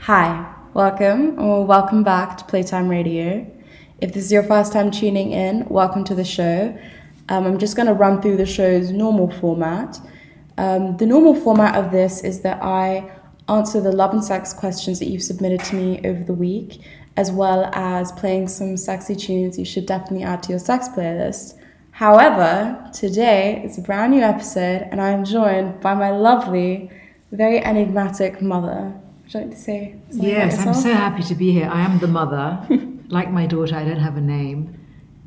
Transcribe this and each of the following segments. Hi, welcome or welcome back to Playtime Radio. If this is your first time tuning in, welcome to the show. Um, I'm just going to run through the show's normal format. Um, the normal format of this is that I answer the love and sex questions that you've submitted to me over the week, as well as playing some sexy tunes you should definitely add to your sex playlist. However, today is a brand new episode, and I'm joined by my lovely, very enigmatic mother. Would you like to say something about Yes, I'm yourself? so happy to be here. I am the mother. like my daughter, I don't have a name.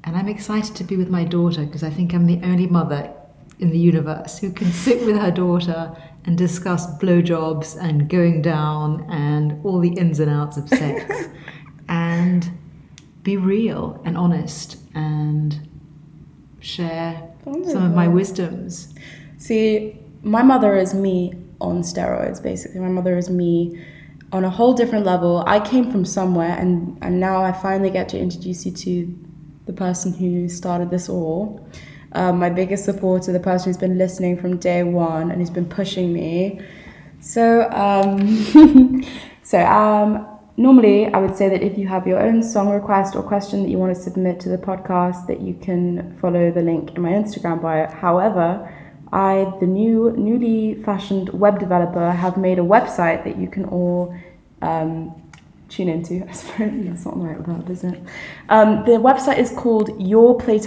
And I'm excited to be with my daughter because I think I'm the only mother in the universe who can sit with her daughter and discuss blowjobs and going down and all the ins and outs of sex and be real and honest and share some of my Wonderful. wisdoms. See, my mother is me on steroids, basically. My mother is me on a whole different level. I came from somewhere, and, and now I finally get to introduce you to the person who started this all. Um, my biggest supporter, the person who's been listening from day one and who's been pushing me. So, um, so um, normally I would say that if you have your own song request or question that you want to submit to the podcast, that you can follow the link in my Instagram bio. However, I, the new newly fashioned web developer, have made a website that you can all um, tune into. I suppose that's not the right word, is it? Um, the website is called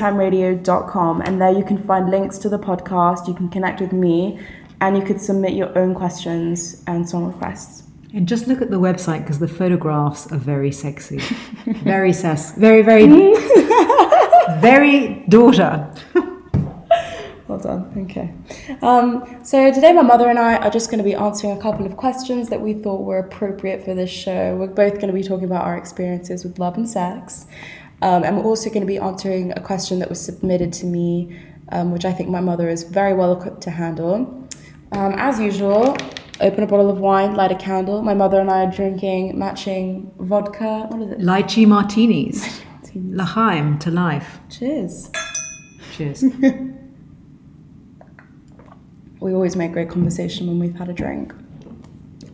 yourplaytimeradio.com, and there you can find links to the podcast. You can connect with me, and you could submit your own questions and song requests. And just look at the website because the photographs are very sexy, very sass, very very very daughter. Well done. Okay. Um, so today, my mother and I are just going to be answering a couple of questions that we thought were appropriate for this show. We're both going to be talking about our experiences with love and sex, um, and we're also going to be answering a question that was submitted to me, um, which I think my mother is very well equipped to handle. Um, as usual, open a bottle of wine, light a candle. My mother and I are drinking matching vodka. What is it? Lychee martinis, Lahaim to life. Cheers. Cheers. We always make great conversation when we've had a drink.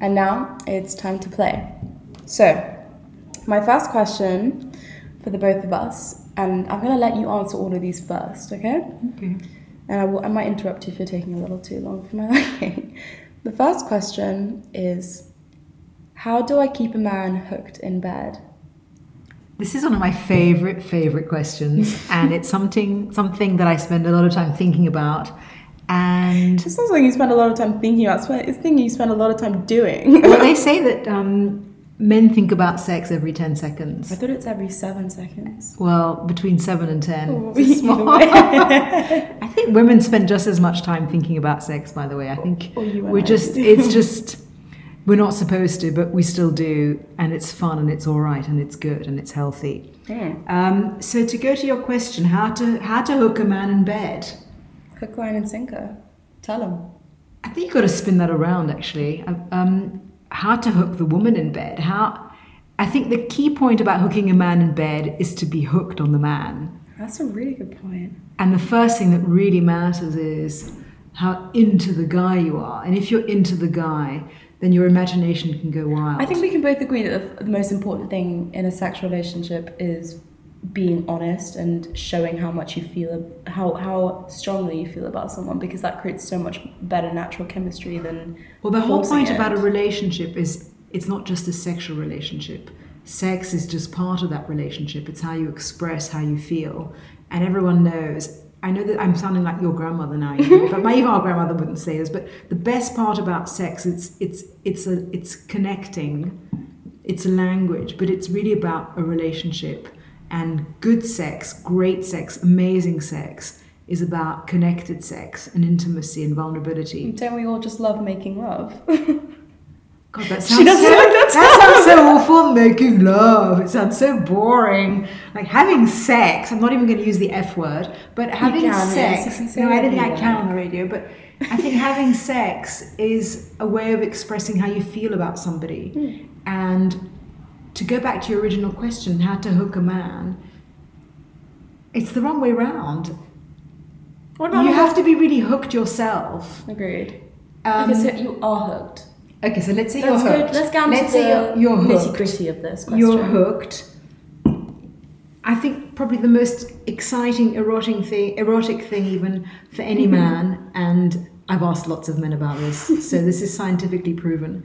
And now it's time to play. So, my first question for the both of us, and I'm going to let you answer all of these first, okay? okay. And I, will, I might interrupt you if you're taking a little too long for my liking. The first question is How do I keep a man hooked in bed? This is one of my favorite favorite questions, and it's something something that I spend a lot of time thinking about. And It's not something you spend a lot of time thinking about, it's something you spend a lot of time doing. well, they say that um, men think about sex every ten seconds. I thought it's every seven seconds. Well, between seven and ten. Oh, It's a small- either I think women spend just as much time thinking about sex. By the way, I think Or you and we're I just do. it's just we're not supposed to, but we still do, and it's fun and it's all right and it's good and it's healthy. Hmm. Um, so to go to your question, how to how to hook a man in bed? Hook, line, and sinker. Tell them. I think you've got to spin that around. Actually, um, how to hook the woman in bed? How? I think the key point about hooking a man in bed is to be hooked on the man. That's a really good point. And the first thing that really matters is how into the guy you are. And if you're into the guy, then your imagination can go wild. I think we can both agree that the, the most important thing in a sexual relationship is being honest and showing how much you feel, how, how strongly you feel about someone, because that creates so much better natural chemistry than. well, the whole forcing point it. about a relationship is it's not just a sexual relationship. Sex is just part of that relationship. It's how you express how you feel. And everyone knows. I know that I'm sounding like your grandmother now, you know, but my even our grandmother wouldn't say this. But the best part about sex, it's it's it's a it's connecting it's a language, but it's really about a relationship. And good sex, great sex, amazing sex is about connected sex and intimacy and vulnerability. Don't we all just love making love? God, that She sounds doesn't so, like that sounds so awful. Making love, it sounds so boring. Like having sex. I'm not even going to use the f word, but having can, yes, you sex. can say no, I don't think I whatever you can on the radio, but I think having sex is a way of expressing how you feel about somebody. Hmm. And to go back to your original question, how to hook a man. It's the wrong way round. What You have to be really hooked yourself. Agreed. Um, okay, so you are hooked. Okay, so let's say Let's you're go. hooked. Let's get into Let's say the you're, you're nitty hooked. gritty of this question. You're hooked. I think probably the most exciting erotic thing, erotic thing even for Mm-hmm. any man, and I've asked lots of men about this, so this is scientifically proven.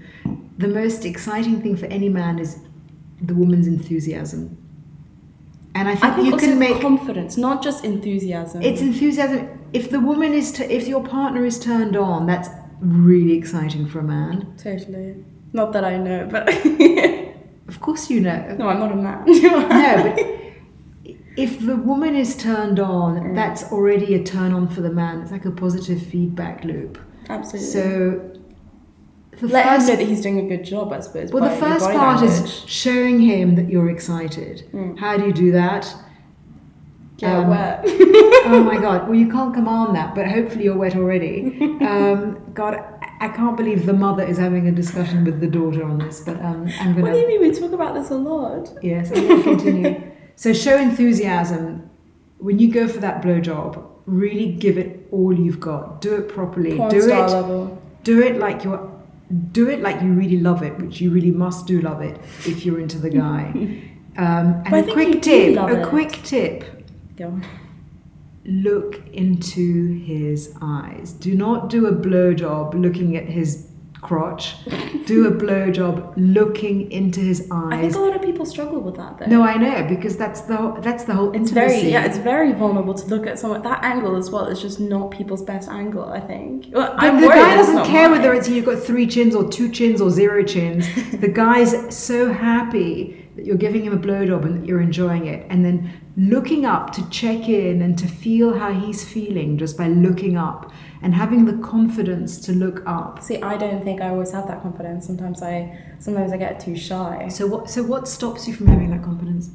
The most exciting thing for any man is the woman's enthusiasm, and I think, I think you also can make confidence, not just enthusiasm. it's enthusiasm. If the woman is, t- if your partner is turned on, that's really exciting for a man. totally not that I know, but Of course, you know. no, I'm not a man. no, but if the woman is turned on, Mm. that's already a turn on for the man. It's like a positive feedback loop. absolutely. So the Mm. Let first, him know that he's doing a good job, I suppose. well, by the your first body part language. Mm. is showing him that you're excited. How do you do that? get um, wet. oh my god well you can't command that but hopefully you're wet already um, god I- i can't believe the mother is having a discussion with the daughter on this but um, i'm what gonna do you mean? We talk about this a lot. yes i'm gonna continue so show enthusiasm when you go for that blowjob really give it all you've got do it properly Porn do star it level. do it like you're do it like you really love it which you really must do love it if you're into the guy um, But I and a think you quick do tip love a it. quick tip Go. look into his eyes. Do not do a blowjob looking at his crotch. do a blowjob looking into his I think eyes. a lot of people struggle with that though. no, I know because that's the whole, that's the whole It's intimacy. very yeah, it's very vulnerable to look at someone that angle as well. It's just not people's best angle, I think. Well, But I'm the worried guy it's doesn't not care mine. whether it's you've got three chins or two chins or zero chins. the guy's so happy that you're giving him a blowjob and that you're enjoying it, and then looking up to check in and to feel how he's feeling just by looking up and having the confidence to look up. See, I don't think I always have that confidence. Sometimes I sometimes I get too shy. So what? So what stops you from having that confidence?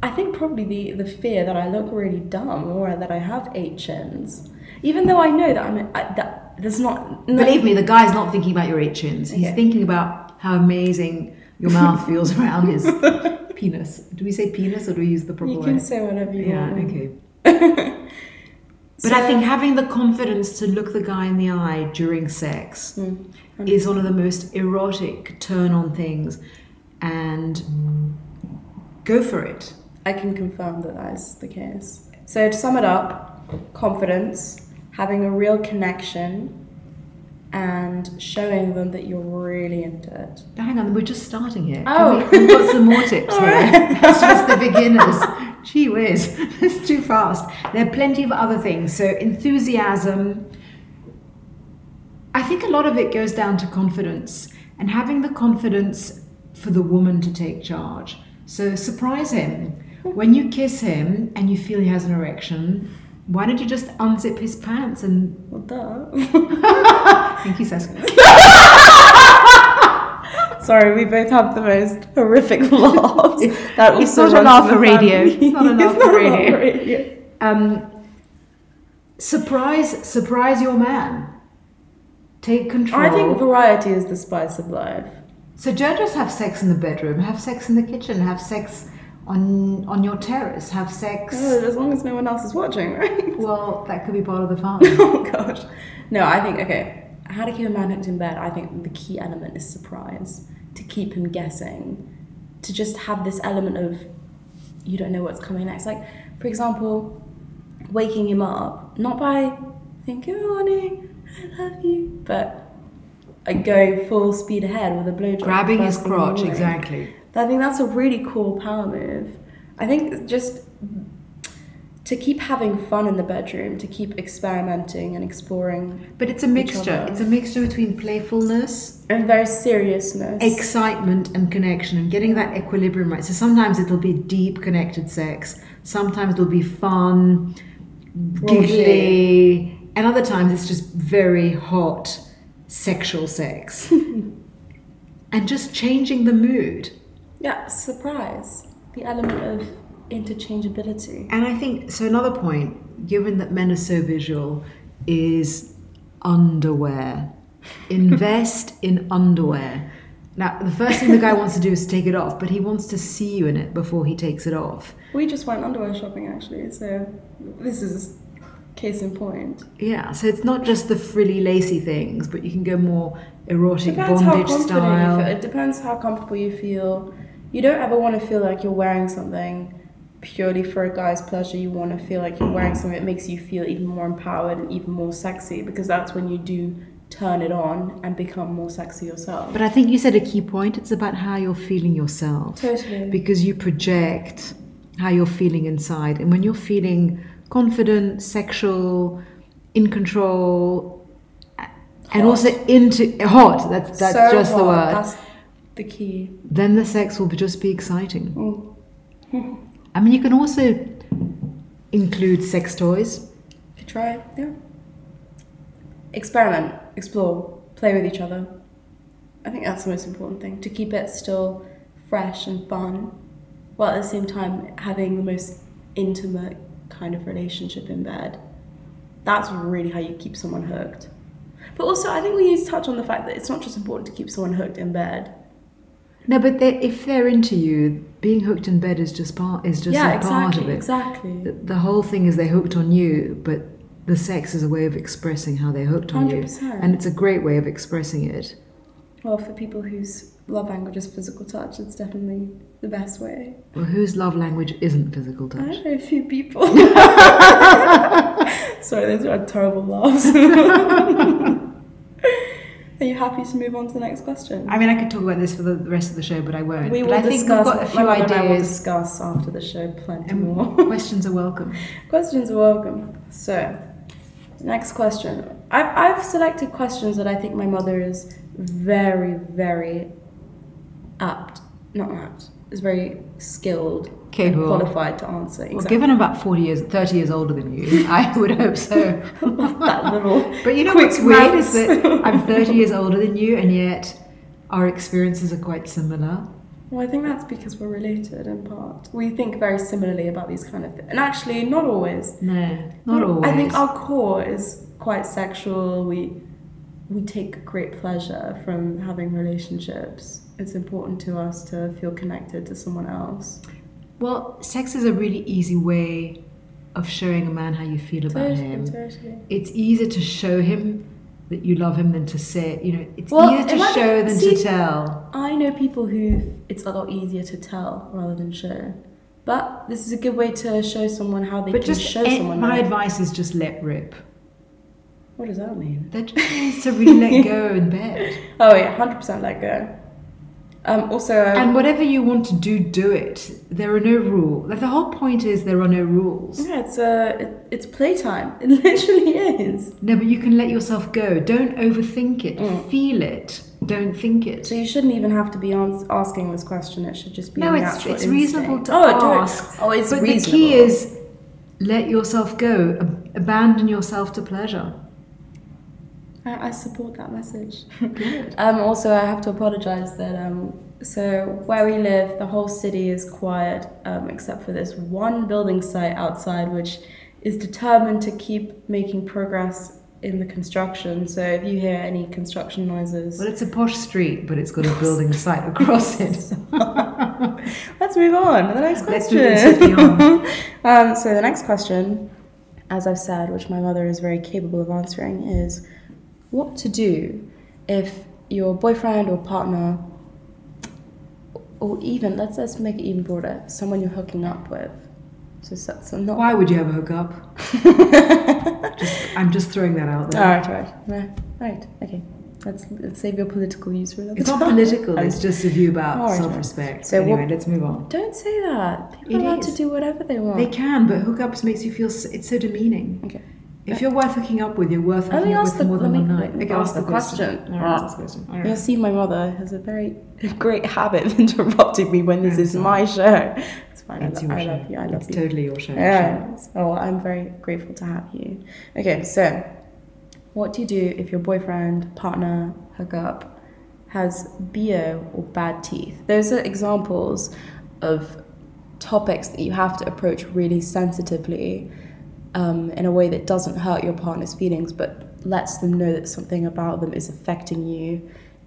I think probably the, the fear that I look really dumb or that I have eight chins, even though I know that I'm I, that there's not. No, Believe me, the guy's not thinking about your eight chins. He's Okay. thinking about how amazing your mouth feels around his penis. Do we say penis or do we use the proper you can word? say whatever you Yeah. want. Okay. But So- I think having the confidence to look the guy in the eye during sex hmm, is one of the most erotic turn-on things, and go for it. I can confirm that that is the case. So to sum it up, confidence, having a real connection, and showing them that you're really into it. Now, hang on, we're just starting here. Can Oh. we, have got some more tips. All here. right. That's just the beginners. Gee whiz, that's too fast. There are plenty of other things. So enthusiasm. I think a lot of it goes down to confidence and having the confidence for the woman to take charge. So surprise him. When you kiss him and you feel he has an erection, why don't you just unzip his pants and Well, duh. thank you, Saskia? Sorry, we both have the most horrific laughs. That It's also not a runs in the laugh for radio. family. It's It's not a laugh for not a laugh radio. for radio. um, surprise surprise your man take control I think variety is the spice of life. so don't just have sex in the bedroom have sex in the kitchen have sex on on your terrace have sex Oh, as long as no one else is watching, right? well that could be part of the fun oh gosh. No, I think okay. How to keep a man hooked in bed? I think the key element is surprise. To keep him guessing, to just have this element of you don't know what's coming next. Like, for example, waking him up not by saying good morning, I love you, but like going full speed ahead with a blowjob, grabbing his first thing in the crotch morning. exactly I think that's a really cool power move. I think it's just to keep having fun in the bedroom, to keep experimenting and exploring, but it's a mixture other. it's a mixture between playfulness and very seriousness. excitement and connection and getting that equilibrium right. So sometimes it'll be deep connected sex, sometimes it'll be fun, giggly, and other times it's just very hot sexual sex. and just changing the mood. yeah, surprise. The element of interchangeability. And I think so. Another point, given that men are so visual, is underwear. Invest in underwear. Now, the first thing the guy wants to do is take it off, but he wants to see you in it before he takes it off. We just went underwear shopping actually, so this is Case in point. Yeah, so it's not just the frilly, lacy things, but you can go more erotic, Depends how bondage confident you feel. style. It depends how comfortable you feel. You don't ever want to feel like you're wearing something purely for a guy's pleasure. You want to feel like you're wearing something that makes you feel even more empowered and even more sexy because that's when you do turn it on and become more sexy yourself. But I think you said a key point. It's about how you're feeling yourself. Totally. Because you project how you're feeling inside. And when you're feeling confident, sexual, in control, a- and Hot. also into hot, that's, that's So just the what? word, That's the key. then the sex will just be exciting. Mm. I mean, you can also include sex toys. Could try, yeah. Experiment, explore, play with each other. I think that's the most important thing to keep it still fresh and fun, while at the same time having the most intimate kind of relationship in bed. That's really how you keep someone hooked. But also, I think we need to touch on the fact that it's not just important to keep someone hooked in bed. No, but they, if they're into you, being hooked in bed is just part is just yeah, a part exactly, of it. exactly. The- The whole thing is they're hooked on you, but the sex is a way of expressing how they're hooked on you, 100%. and it's a great way of expressing it. Well, for people whose love language is physical touch, it's definitely the best way. Well, whose love language isn't physical I touch? don't know a few people. Sorry, those are terrible laughs. are you happy to move on to the next question? I mean, I could talk about this for the rest of the show, but I won't. we but will I think discuss. we've got a few my mother and I will ideas, Um, discuss after the show plenty and more. questions are welcome. Questions are welcome. So, next question. I've, I've selected questions that I think my mother is very, very apt, not apt, is very skilled, and Capable. qualified to answer. Well, given I'm about forty years, thirty years older than you, I would hope so. that little. But you know quick what's weird maths. is that I'm 30 years older than you, and yet our experiences are quite similar. Well, I think that's because we're related in part. We think very similarly about these kind of things. And actually, not always. No, not always. I think our core is quite sexual. We we take great pleasure from having relationships. It's important to us to feel connected to someone else. well, sex is a really easy way of showing a man how you feel about him. It's easier to show him that you love him than to say it. You know, it's Well, easier to it might be- show than see- to tell. I know people who it's a lot easier to tell rather than show. But this is a good way to show someone how they But can just show eh, someone. my that. advice is just let rip. What does that mean? That just means to really let go in bed. Oh yeah, hundred percent let go. Um, also, And whatever you want to do, do it. There are no rules. The whole point is there are no rules. yeah, it's uh, it, it's playtime. It literally is. No, but you can let yourself go. Don't overthink it. Mm. Feel it. Don't think it. So you shouldn't even have to be ans- asking this question. It should just be no, a it's natural it's reasonable instinct. to oh, do it. ask. Oh, it's but the reasonable. key is let yourself go. Ab- abandon yourself to pleasure. I, I support that message. Good. Um, also, I have to apologise that um, so where we live, the whole city is quiet um, except for this one building site outside, which is determined to keep making progress in the construction. So if you hear any construction noises, Well, it's a posh street, but it's got a building site across it. Let's move on to the next Let's question. move swiftly um, so the next question, as I've said, which my mother is very capable of answering, is what to do if your boyfriend or partner, or even let's let's make it even broader, someone you're hooking up with. So, so, so not. Why would you have a hookup? just, I'm just throwing that out All there. right, all right, all right, okay. Let's let's save your political views for another It's not time. political. It's just a view about All right. self-respect. Oh, So So anyway, what- let's move on. Don't say that. People It are allowed is. to do whatever they want. They can, but hookups makes you feel. s it's so demeaning. okay. If you're worth hooking up with, you're worth Let me hooking up ask with the- for more than let one me- night. let me Okay, ask ask the the question. question. All right, ask the question. All You'll right. see, my mother has a very great habit of interrupting me when this I'm is sorry. my show. It's fine. That's I, lo- your I show. love you. I love it's you. totally your show. actually. Yeah. Oh, I'm very grateful to have you. Okay, so what do you do if your boyfriend, partner, hookup has BO or bad teeth? Those are examples of topics that you have to approach really sensitively um, in a way that doesn't hurt your partner's feelings but lets them know that something about them is affecting you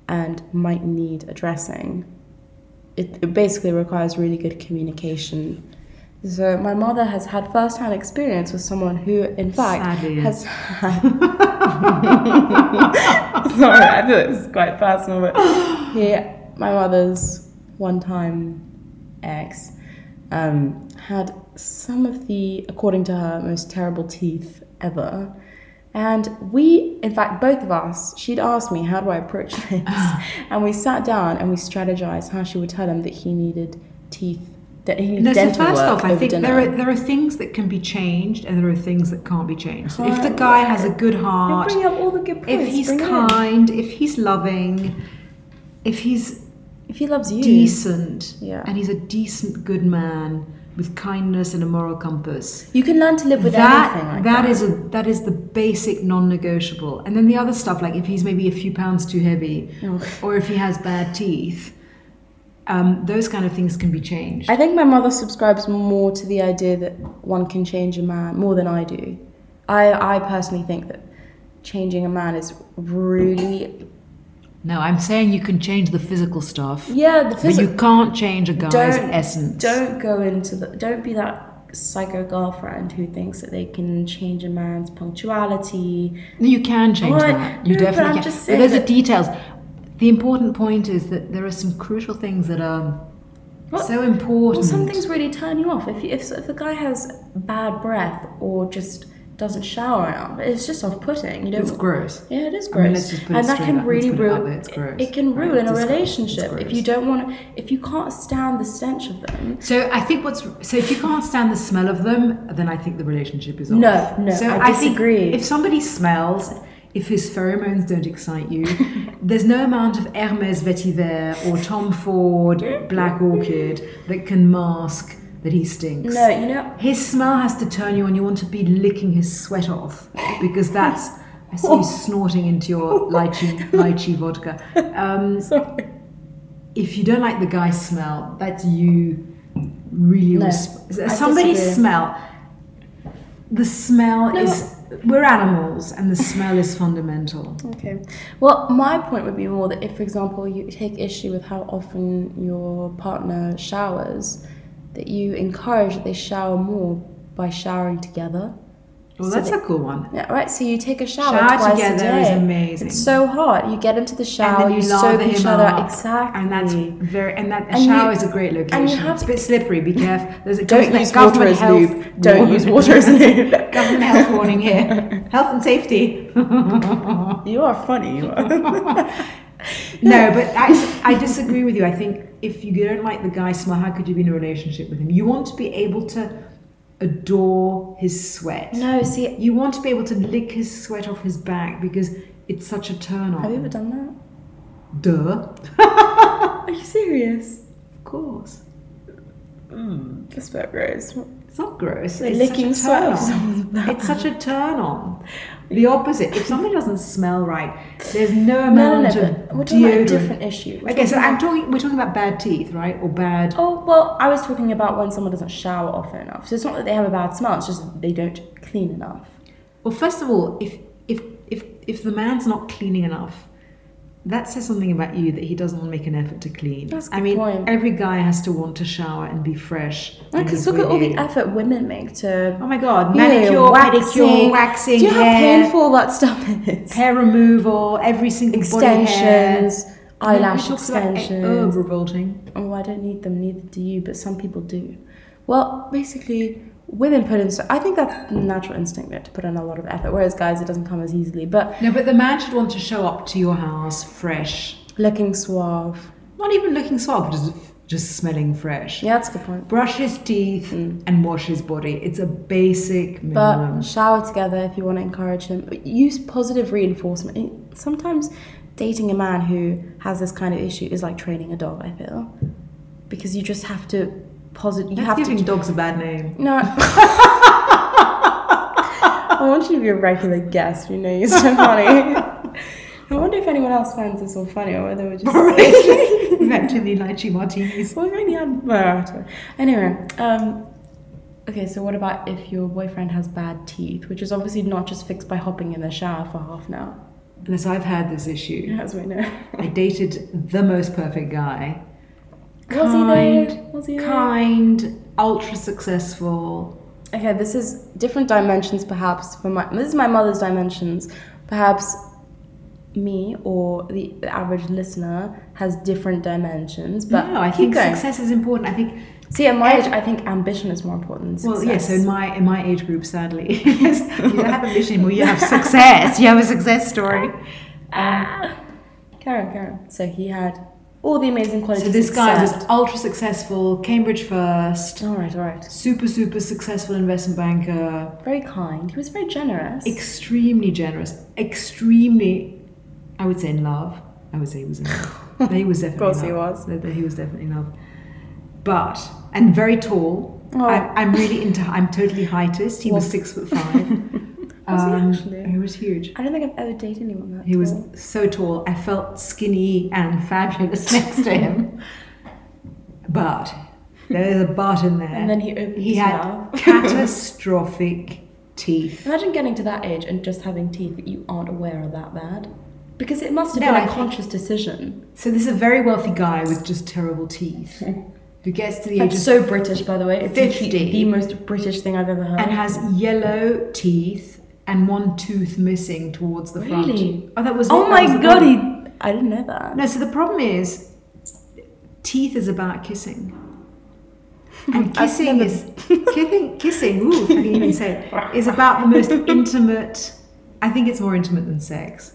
and might need addressing. It, it basically requires really good communication So my mother has had first-hand experience with someone who, in fact, Sadly. has had. Sorry, I feel it's quite personal, but he, my mother's one-time ex, um, had some of the, according to her, most terrible teeth ever. And we, in fact, both of us, she'd asked me, How do I approach this? and we sat down and we strategized how she would tell him that he needed teeth, that he needed No, so dental first work off, I over think dinner. there are there are things that can be changed and there are things that can't be changed. If the guy has a good You're heart, bringing up all the good points. if he's bring it in. kind, if he's loving, if he's if he loves you, decent, Yeah. and he's a decent, good man with kindness and a moral compass. you can learn to live with that anything like that is a that is the basic non-negotiable. And then the other stuff, like if he's maybe a few pounds too heavy, Oh. or if he has bad teeth, um, those kind of things can be changed. I think my mother subscribes more to the idea that one can change a man more than I do. I, I personally think that changing a man is really No, I'm saying you can change the physical stuff, yeah the but physical you can't change a guy's Don't- essence. Don't go into the. Don't be that psycho girlfriend who thinks that they can change a man's punctuality. No, you can change Alright, that. You no, but definitely I'm can. just but saying those are that- details. The important point is that there are some crucial things that are What? so important. Well, some things really turn you off. If you, if, if the guy has bad breath or just doesn't shower enough, it's just off-putting. You it's don't. gross. Yeah, it is I mean, gross, let's just put it and that straight can up. Let's really put it out ruin. there. It's gross. It can Right, ruin it's a disgusting. It's relationship if gross. you don't want to. If you can't stand the stench of them, So I think what's so if you can't stand the smell of them, then I think the relationship is off. No, no, So I think disagree. if somebody smells, if his pheromones don't excite you, there's no amount of Hermes Vetiver or Tom Ford Black Orchid that can mask that he stinks. no, you know. His smell has to turn you on. You want to be licking his sweat off because that's. I see you snorting into your lychee, lychee vodka. Um, Sorry. if you don't like the guy's smell, that's you really. No, resp- I somebody's disagree. smell. The smell No. is. We're animals, and the smell is fundamental. Okay. Well, my point would be more that if, for example, you take issue with how often your partner showers, that you encourage that they shower more by showering together. Well, So that's the- a cool one. Yeah, right. So you take a shower, Shower twice a together day. is amazing. It's so hot. You get into the And shower, then you, soak lather him each other up, exactly, and that's very. And that a Mm. And you- shower is a great location. have it's a to- bit slippery. Be careful. There's a don't government- use water government as health lube. Don't warning. use water as lube. government health warning here. health and safety. You are funny. You are. No, but I, I disagree with you. I think if you don't like the guy smell, how could you be in a relationship with him? You want to be able to adore his sweat. no, see, You want to be able to lick his sweat off his back because it's such a turn have you on. ever done that? Duh. Are you serious? Of course. That's so gross. It's not gross. Like It's licking sweat such a turn off someone's on. back. It's such a turn on. The opposite. If somebody doesn't smell right, there's No, no no, amount no. of but We're talking about a deodorant. different issue. We're okay, so talking I'm talking. We're talking about bad teeth, right? Or bad Oh, well, I was talking about when someone doesn't shower often enough. So it's not that they have a bad smell, it's just that they don't clean enough. Well, first of all, if if if if the man's not cleaning enough, that says something about you that he doesn't want to make an effort to clean. That's a I good mean, point. every guy has to want to shower and be fresh. and Because be look at all the witty. effort women make to. oh my god, you know, manicure, pedicure, waxing, Do you know how hair, painful that stuff is? hair removal, every single body hair. Extensions, eyelash We talked about- extensions. Oh, revolting. oh, I don't need them, neither do you, but some people do. Well, basically, women put in. So I think that's a natural instinct there to put in a lot of effort, whereas guys, it doesn't come as easily. But No, but the man should want to show up to your house fresh, looking suave. not even looking suave, just just smelling fresh. Yeah, that's a good point. brush his teeth and wash his body. It's a basic But minimum. shower together if you want to encourage him. Use positive reinforcement. Sometimes dating a man who has this kind of issue is like training a dog, I feel. Because you just have to posit you That's have giving to dogs a bad name. No I want you to be a regular guest, you know you're so funny. I wonder if anyone else finds this all funny or whether we're just Eventually, lychee martinis. Well, we only had Maratha. Anyway, um, okay, so what about if your boyfriend has bad teeth, which is obviously not just fixed by hopping in the shower for half an hour, Unless I've had this issue. as we know. I dated the most perfect guy, Was he there? Was he there? kind, ultra successful. Okay, this is different dimensions, perhaps. For my this is my mother's dimensions. Perhaps me or the, the average listener has different dimensions. But no, I keep think going. success is important. I think See, at my age, I think ambition is more important than well, success. yeah. So in my in my age group, sadly, you don't have ambition anymore. You have success. You have a success story. Ah. Karen, Karen. So he had all the amazing qualities. So this guy was except- ultra successful, Cambridge first, all right, all right. super super successful investment banker. Very kind. He was very generous. extremely generous, extremely, I would say in love. I would say he was in love. But he was definitely course in he love. was. That- that He was definitely in love. But, and very tall. Oh. I'm, I'm really into, I'm totally heightist. He was Woof. six foot five. Was he Um, actually? He was huge. I don't think I've ever dated anyone that He was tall. so tall. I felt skinny and fabulous next to him. But there's a but in there. And then he opened he his had mouth. catastrophic teeth. Imagine getting to that age and just having teeth that you aren't aware are that bad. Because it must have No, been I a think- conscious decision. So this is a very wealthy guy with just terrible teeth who gets to the age That's of so British, by the way. It's the- 50. The most British thing I've ever heard. and has yellow teeth and one tooth missing towards the Really? front. Oh, that was oh that my was the god, problem. he... I didn't know that. No, so the problem is teeth is about kissing. And I've kissing never- is kissing kissing, ooh, I can even say it, is about the most intimate I think it's more intimate than sex.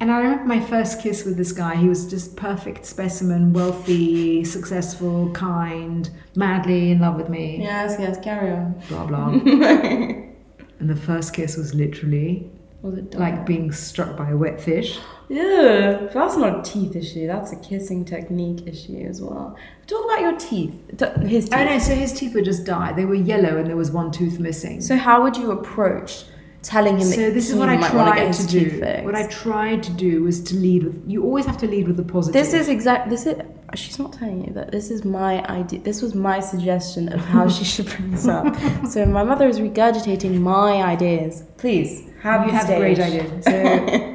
And I remember my first kiss with this guy. He was just perfect specimen, wealthy, successful, kind, madly in love with me. Yes, yes, carry on. Blah blah. and the first kiss was literally Was it done? like being struck by a wet fish. Yeah, that's not a teeth issue. That's a kissing technique issue as well. Talk about your teeth. T- his teeth. Oh no, so his teeth were just dyed. They were yellow and there was one tooth missing. So, So how would you approach telling him? that this is he what I might wanna get tried his to teeth do. fixed? What I tried to do was to lead with you always have to lead with the positive. this is exact. This is. She's not telling you that. This is my idea. This was my suggestion of how she should bring this up. So my mother is regurgitating my ideas. Please have you the have great stage. ideas. So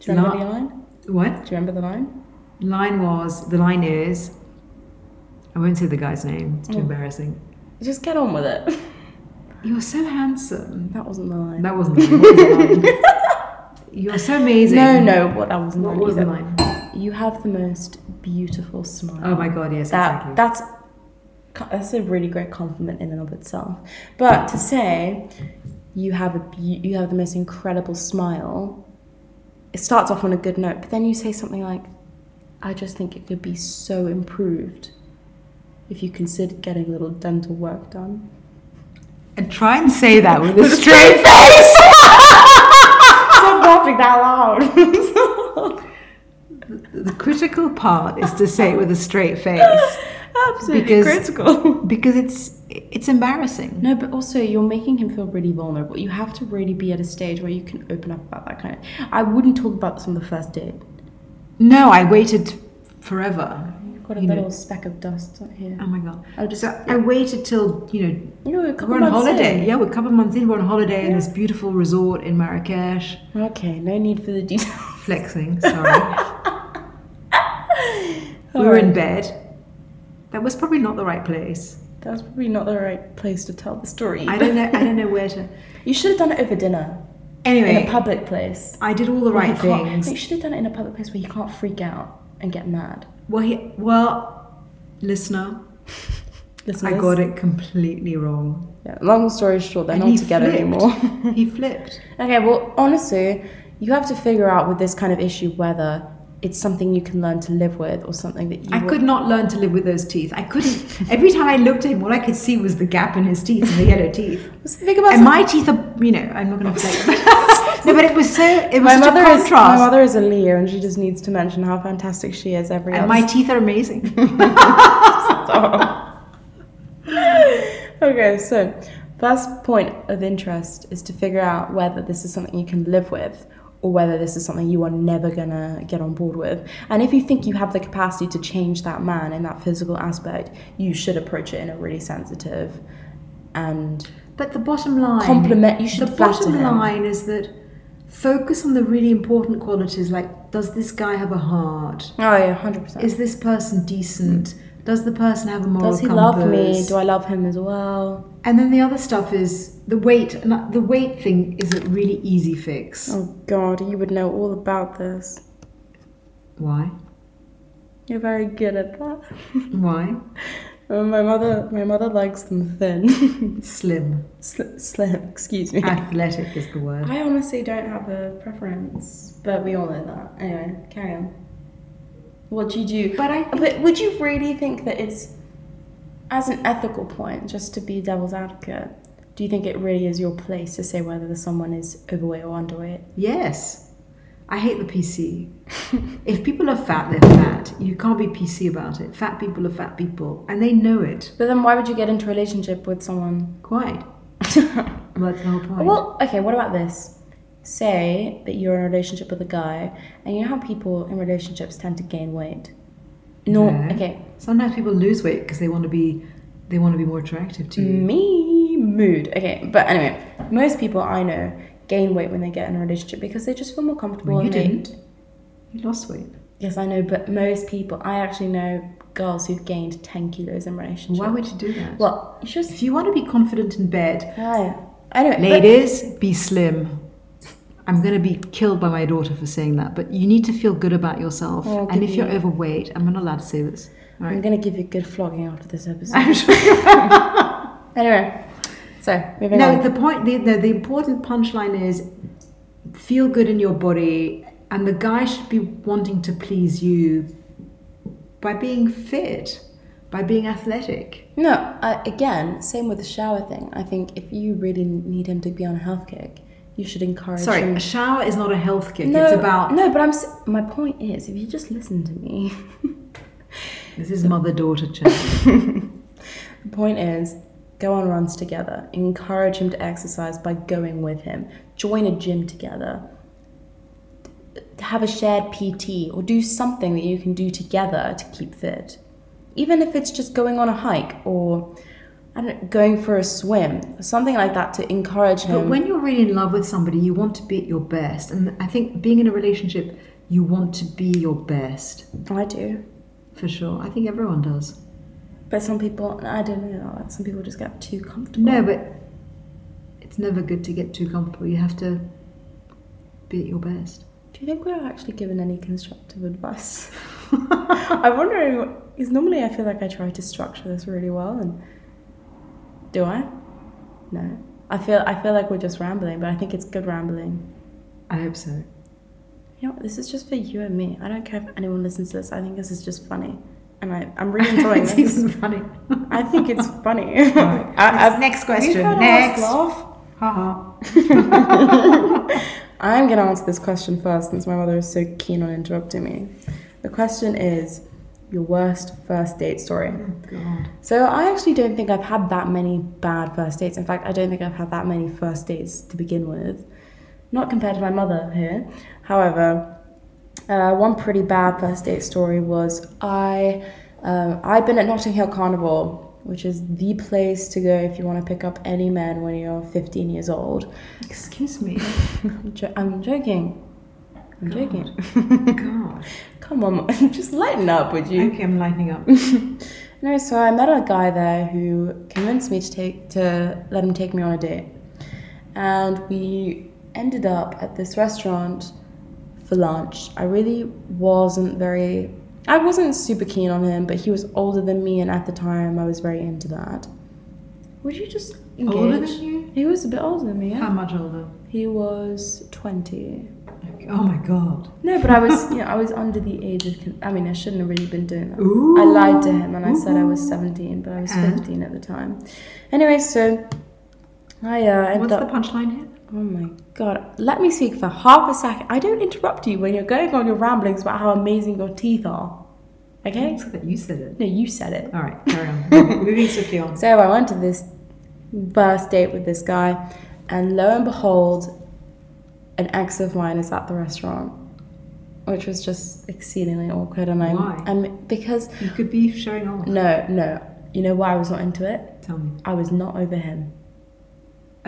Do you remember Not- the line? what? Do you remember the line? Line was the line is I won't say the guy's name, it's too Mm. embarrassing. Just get on with it. You're so handsome. That wasn't the line. That wasn't the line. What was the line? You're so amazing. No, no, what that wasn't the What line was the either. line? You have the most beautiful smile. Oh my god, yes, that exactly. that's that's a really great compliment in and of itself. But to say you have a beau- you have the most incredible smile, it starts off on a good note. But then you say something like, "I just think it could be so improved if you consider getting a little dental work done." And try and say that with a With a straight face. Stop laughing that loud. The critical part is to say it with a straight face Absolutely Because- critical. because it's it's embarrassing. No, but also you're making him feel really vulnerable. You have to really be at a stage where you can open up about that kind of. I wouldn't talk about this on the first date. No, I waited forever. You've got a You know- little speck of dust on here. Oh my god! I'll just- so I waited till you know You know, a couple we're on months holiday. in. Yeah, we're a couple of months in. We're on holiday in Yeah. this beautiful resort in Marrakesh. Okay, no need for the detail. Flexing. Sorry, we were in bed. That was probably not the right place. That was probably not the right place to tell the story. I don't know. I don't know where to. You should have done it over dinner in a Anyway, public place. I did all the where you right can't- things. You should have done it in a public place where you can't freak out and get mad. Well, he, well, listener, Listeners, I got it completely wrong. Yeah, long story short, they're And not he together flipped. anymore. He flipped. Okay, well, honestly, you have to figure out with this kind of issue whether it's something you can learn to live with or something that you. I would- could not learn to live with those teeth. I couldn't. Every time I looked at him, all I could see was the gap in his teeth and the yellow teeth. Just Think about And something- my teeth are, you know, I'm not going to flex. no, but it was so. It was my such mother a is my contrast. mother is a Leo, and she just needs to mention how fantastic she is every. and other my teeth are amazing. okay, so first point of interest is to figure out whether this is something you can live with or whether this is something you are never gonna get on board with. And if you think you have the capacity to change that man in that physical aspect, you should approach it in a really sensitive and But the bottom line. Compliment- you should The flatter bottom him. line is that focus on the really important qualities like does this guy have a heart? Oh yeah, hundred percent. Is this person decent? Does the person have a moral Does he compass? love me? Do I love him as well? And then the other stuff is the weight. And I- the weight thing is a really easy fix. Oh God, you would know all about this. Why? You're very good at that. Why? Oh, my mother, my mother likes them thin, Slim. Sl- slim. Excuse me. Ah. Athletic is the word. I honestly don't have a preference, but we all know that. Anyway, carry on. What do you do? But I But would you really think that it's, as an ethical point, just to be devil's advocate, do you think it really is your place to say whether someone is overweight or underweight? Yes. I hate the PC. if people are fat, they're fat. You can't be PC about it. Fat people are fat people, and they know it. But then why would you get into a relationship with someone? Quite. Well, that's the whole point. well, okay, what about this? Say that you're in a relationship with a guy, and you know how people in relationships tend to gain weight? No, Yeah. okay, Sometimes people lose weight because they want to be, they want to be more attractive to you. Mm, me mood. Okay, but anyway, most people I know gain weight when they get in a relationship because they just feel more comfortable. Well, you and they- didn't. You lost weight. Yes, I know, but most people, I actually know girls who've gained 10 kilos in relationships. Why would you do that? Well, it's just. if you want to be confident in bed, No. I don't. ladies, be slim. I'm going to be killed by my daughter for saying that, but you need to feel good about yourself. Well, Oh, I'll and give if you're you- overweight, I'm not allowed to say this. All but right. I'm going to give you a good flogging after this episode. I'm sure. anyway, so moving No, on. the point, the, the, the important punchline is feel good in your body, and the guy should be wanting to please you by being fit, by being athletic. No, uh, again, same with the shower thing. I think if you really need him to be on a health kick, you should encourage Sorry, him. a shower is not a health kick. No, It's about no, but I'm. s- My point is, if you just listen to me, this is mother daughter chat. the point is, go on runs together. Encourage him to exercise by going with him. Join a gym together. Have a shared PT or do something that you can do together to keep fit. Even if it's just going on a hike or I don't know, going for a swim, something like that to encourage him. but when you're really in love with somebody, you want to be at your best, and I think being in a relationship, you want to be your best I do. for sure. I think everyone does. But some people, I don't know, some people just get too comfortable. No, but it's never good to get too comfortable. You have to be at your best. Do you think we're actually given any constructive advice? I'm wondering, because normally I feel like I try to structure this really well, and do I? No. I feel I feel like we're just rambling, but I think it's good rambling. I hope so. You know, what, this is just for you and me. I don't care if anyone listens to this. I think this is just funny, and I, I'm really enjoying it's this. even funny. I think it's funny. Right. Uh, I, Next- next question. We've had a Next. last laugh. Haha. I'm going to answer this question first since my mother is so keen on interrupting me. The question is your worst first date story. God. So, I actually don't think I've had that many bad first dates. In fact, I don't think I've had that many first dates to begin with. Not compared to my mother here. However, uh, one pretty bad first date story was I, um, I'd been at Notting Hill Carnival, which is the place to go if you want to pick up any men when you're 15 years old. Excuse me. I'm, jo- I'm joking. I'm joking. God. Come on, Mum, just lighten up, would you? Okay, I'm lightening up. No, so I met a guy there who convinced me to take to let him take me on a date, and we ended up at this restaurant for lunch. I really wasn't very. I wasn't super keen on him, but he was older than me, and at the time I was very into that. Would you just engage? Older than you? He was a bit older than me. Yeah? How much older? He was twenty. Okay. Oh my God. No, but I was, you know, I was under the age of. Con- I mean, I shouldn't have really been doing that. Ooh. I lied to him and I said I was Mm-hmm. 17, but I was And? 15 at the time. Anyway, so I uh, What's ended the up. punchline here? oh my god! Let me speak for half a second. I don't interrupt you when you're going on your ramblings about how amazing your teeth are. Okay? It's that you said it. No, you said it. All right, carry on. Moving swiftly on. So I went to this first date with this guy, and lo and behold, an ex of mine is at the restaurant, which was just exceedingly awkward. And I'm, Why? I'm because You could be showing off. no, no, you know why I was not into it? Tell me. I was not over him.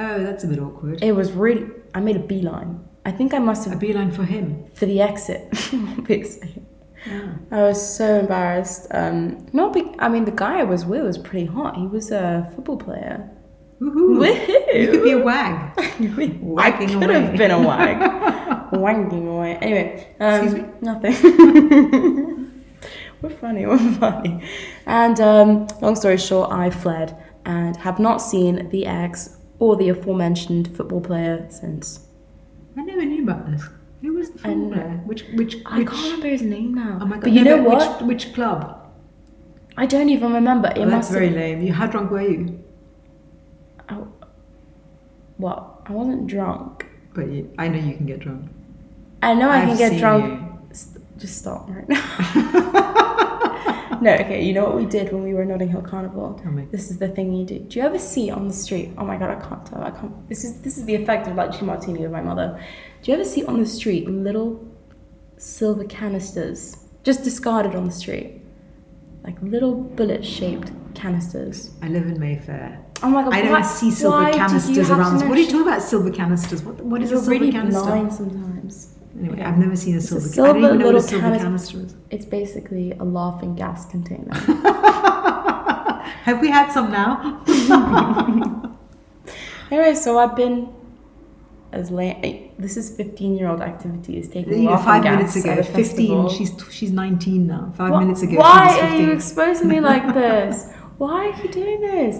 Oh, that's a bit awkward. It was really. I made a beeline. I think I must A have beeline for him. for the exit. basically. Yeah. I was so embarrassed. Um, not be- I mean, the guy I was with was pretty hot. He was a football player. Woohoo. Woohoo. You could be a wag. I Wagging could away. have been a wag. Wanking away. Anyway, um, Excuse me? Nothing. we're funny, we're funny. And um, long story short, I fled and have not seen the ex or the aforementioned football player since. I never knew about this. Who was the And- football player? Which which I which can't remember his name now. Oh my god. But you No, know which- what? Which, club? I don't even remember. It Oh, that's must very have. lame. You how drunk were you? I, well, I wasn't drunk. But you, I know you can get drunk. I know I I've can get seen drunk. you. St- just stop right now. no, okay. You know what we did when we were in Notting Hill Carnival? Tell me. This is the thing you do. Do you ever see on the street? Oh my god, I can't tell. I can't. This is this is the effect of like Gin martini with my mother. Do you ever see on the street little silver canisters just discarded on the street, like little bullet-shaped canisters? I live in Mayfair. Oh my god! I don't why- see silver why did you canisters have to around. know What are you sh- talking about? Silver canisters? What, what is a You're silver really canister? blind sometimes. Anyway, Okay. I've never seen a It's a silver. I silver don't even know what a little silver canis- canister is. It's basically a laughing gas container. Have we had some now? Anyway, so I've been as late. This is fifteen-year-old activity. Is taking You know, laughing five gas minutes at ago, a fifteen. festival. She's she's nineteen now. Five Wha- minutes ago, Why she was are you 15. exposing me like this? Why are you doing this?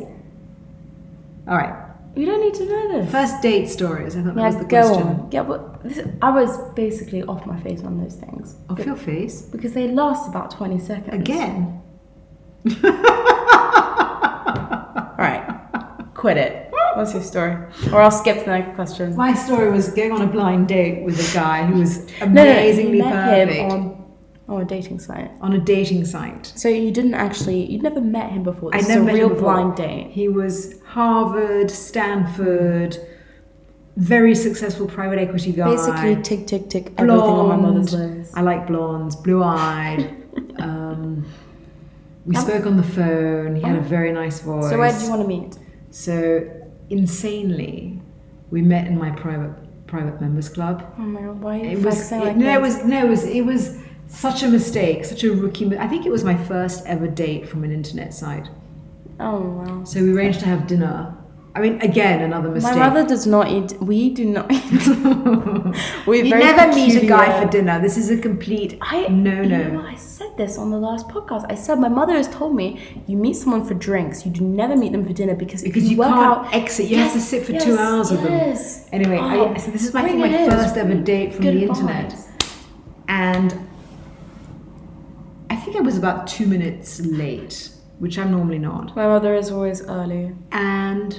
All right. You don't need to know this. First date stories. I thought Yeah, that was the go question. on. Yeah, but this, I was basically off my face on those things Off your face because they last about twenty seconds. again. All right, quit it. What's your story? Or I'll skip to the next question. My story was going on a blind date with a guy who was No, no, amazingly you met him perfect on, on a dating site. on a dating site. So you didn't actually, you'd never met him before. This I never is a met real him before. blind date. He was Harvard, Stanford, very successful private equity guy. Basically, tick, tick, tick, everything on my mother's Blonde. list. I like blondes, blue eyed. um, we Um, spoke on the phone. He had a oh. very nice voice. So where did you want to meet? So insanely, we met in my private private members club. Oh my god, why are you It was flexing it- like no, it this? was no, it was it was such a mistake, such a rookie. mi- I think it was my first ever date from an internet site. Oh wow. So we arranged to have dinner. I mean, again, another mistake. My mother does not eat. We do not eat. We're you very never meet a guy peculiar. for dinner. This is a complete I no you no. know what? I said this on the last podcast. I said my mother has told me you meet someone for drinks. You do never meet them for dinner because if because you, work can't out exit. You have to sit for two yes, hours with yes. them. Anyway, Oh, I, so this is my, I think bring it my in. first ever date from Good the internet, vibes. and I think I was about two minutes late, which I'm normally not. My mother is always early. And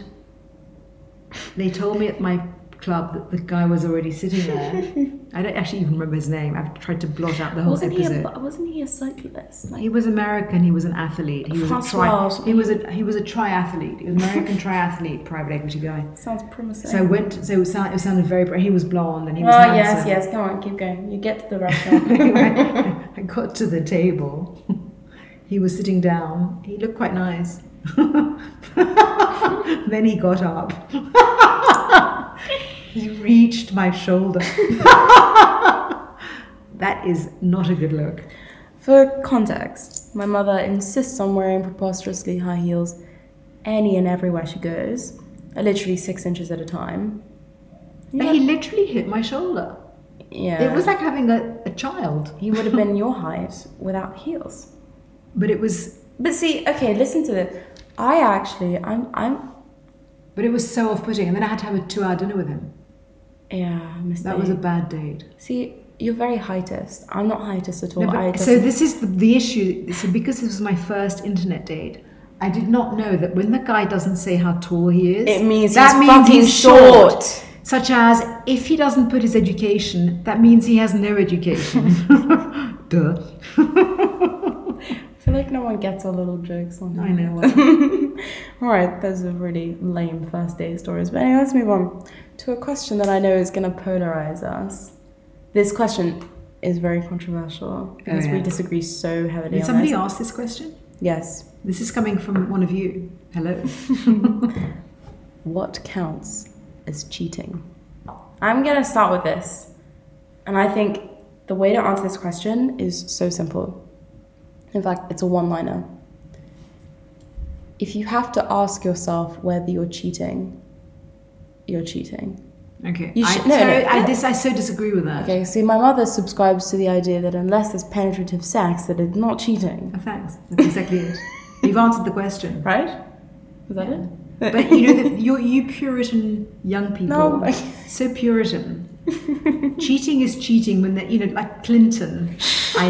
they told me at my club that the guy was already sitting there. I don't actually even remember his name. I've tried to blot out the whole Wasn't he? episode. A, wasn't he a cyclist? Like, He was American. He was an athlete. He was a Francois or tri- He something. was a he was a triathlete. He was an American triathlete, private equity guy. sounds promising. So I went. So it, was, it sounded very. bra- He was blonde and he was. oh yes, handsome. yes. Go on, keep going. You get to the restaurant. Anyway, I got to the table. He was sitting down. He looked quite nice. then he got up. he reached my shoulder. that is not a good look. For context, my mother insists on wearing preposterously high heels any and everywhere she goes, uh, literally six inches at a time. But he literally hit my shoulder. Yeah. It was like having a, a child. he would have been your height without heels. But it was But see, okay, listen to this. I actually, I'm, I'm, but it was so off-putting. And then I had to have a two-hour dinner with him. yeah, mistake. That was a bad date. See, you're very heightist. I'm not heightist at all. No, but- I just, so this is the, the issue. So because this was my first internet date, I did not know that when the guy doesn't say how tall he is, It means he's fucking short. Such as if he doesn't put his education, that means he has no education. Duh. I feel like no one gets our little jokes on. I here. know. All right, those are really lame first day stories. But anyway, let's move on to a question that I know is going to polarize us. This question is very controversial because we Oh, yeah. disagree so heavily Did on somebody this. ask this question? Yes. This is coming from one of you. Hello. What counts as cheating? I'm gonna start with this. And I think the way to answer this question is so simple. In fact, it's a one liner. If you have to ask yourself whether you're cheating, you're cheating. Okay. You I, should- no, so, no, I, no. dis I so disagree with that. Okay, see, my mother subscribes to the idea that unless there's penetrative sex, that it's not cheating. Oh, thanks. That's exactly it. You've answered the question. Right? Is that it? But you know that you're you Puritan young people. No, like- So Puritan. cheating is cheating when they you know like Clinton. I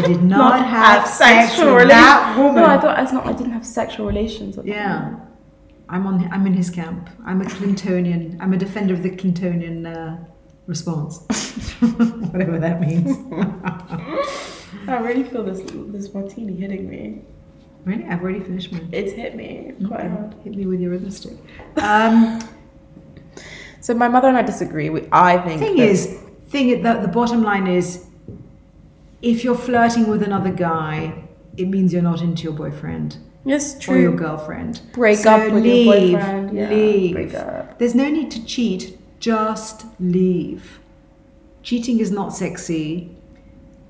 did not, have sex with rela- that woman. No, I thought that's not. I didn't have sexual relations. With that woman. yeah. I'm on I'm in his camp. I'm a Clintonian. I'm a defender of the Clintonian uh, response. Whatever that means. I really feel this this martini hitting me. really? I've already finished mine. It's hit me quite Okay. hard. Hit me with your rhythm stick. Um, So my mother and I disagree. We, I think thing that- is, thing i- the, the bottom line is, if you're flirting with another guy, it means you're not into your boyfriend yes, or your true. girlfriend. Break So up with leave, your boyfriend. Yeah, Leave. break up. There's no need to cheat. Just leave. Cheating is not sexy.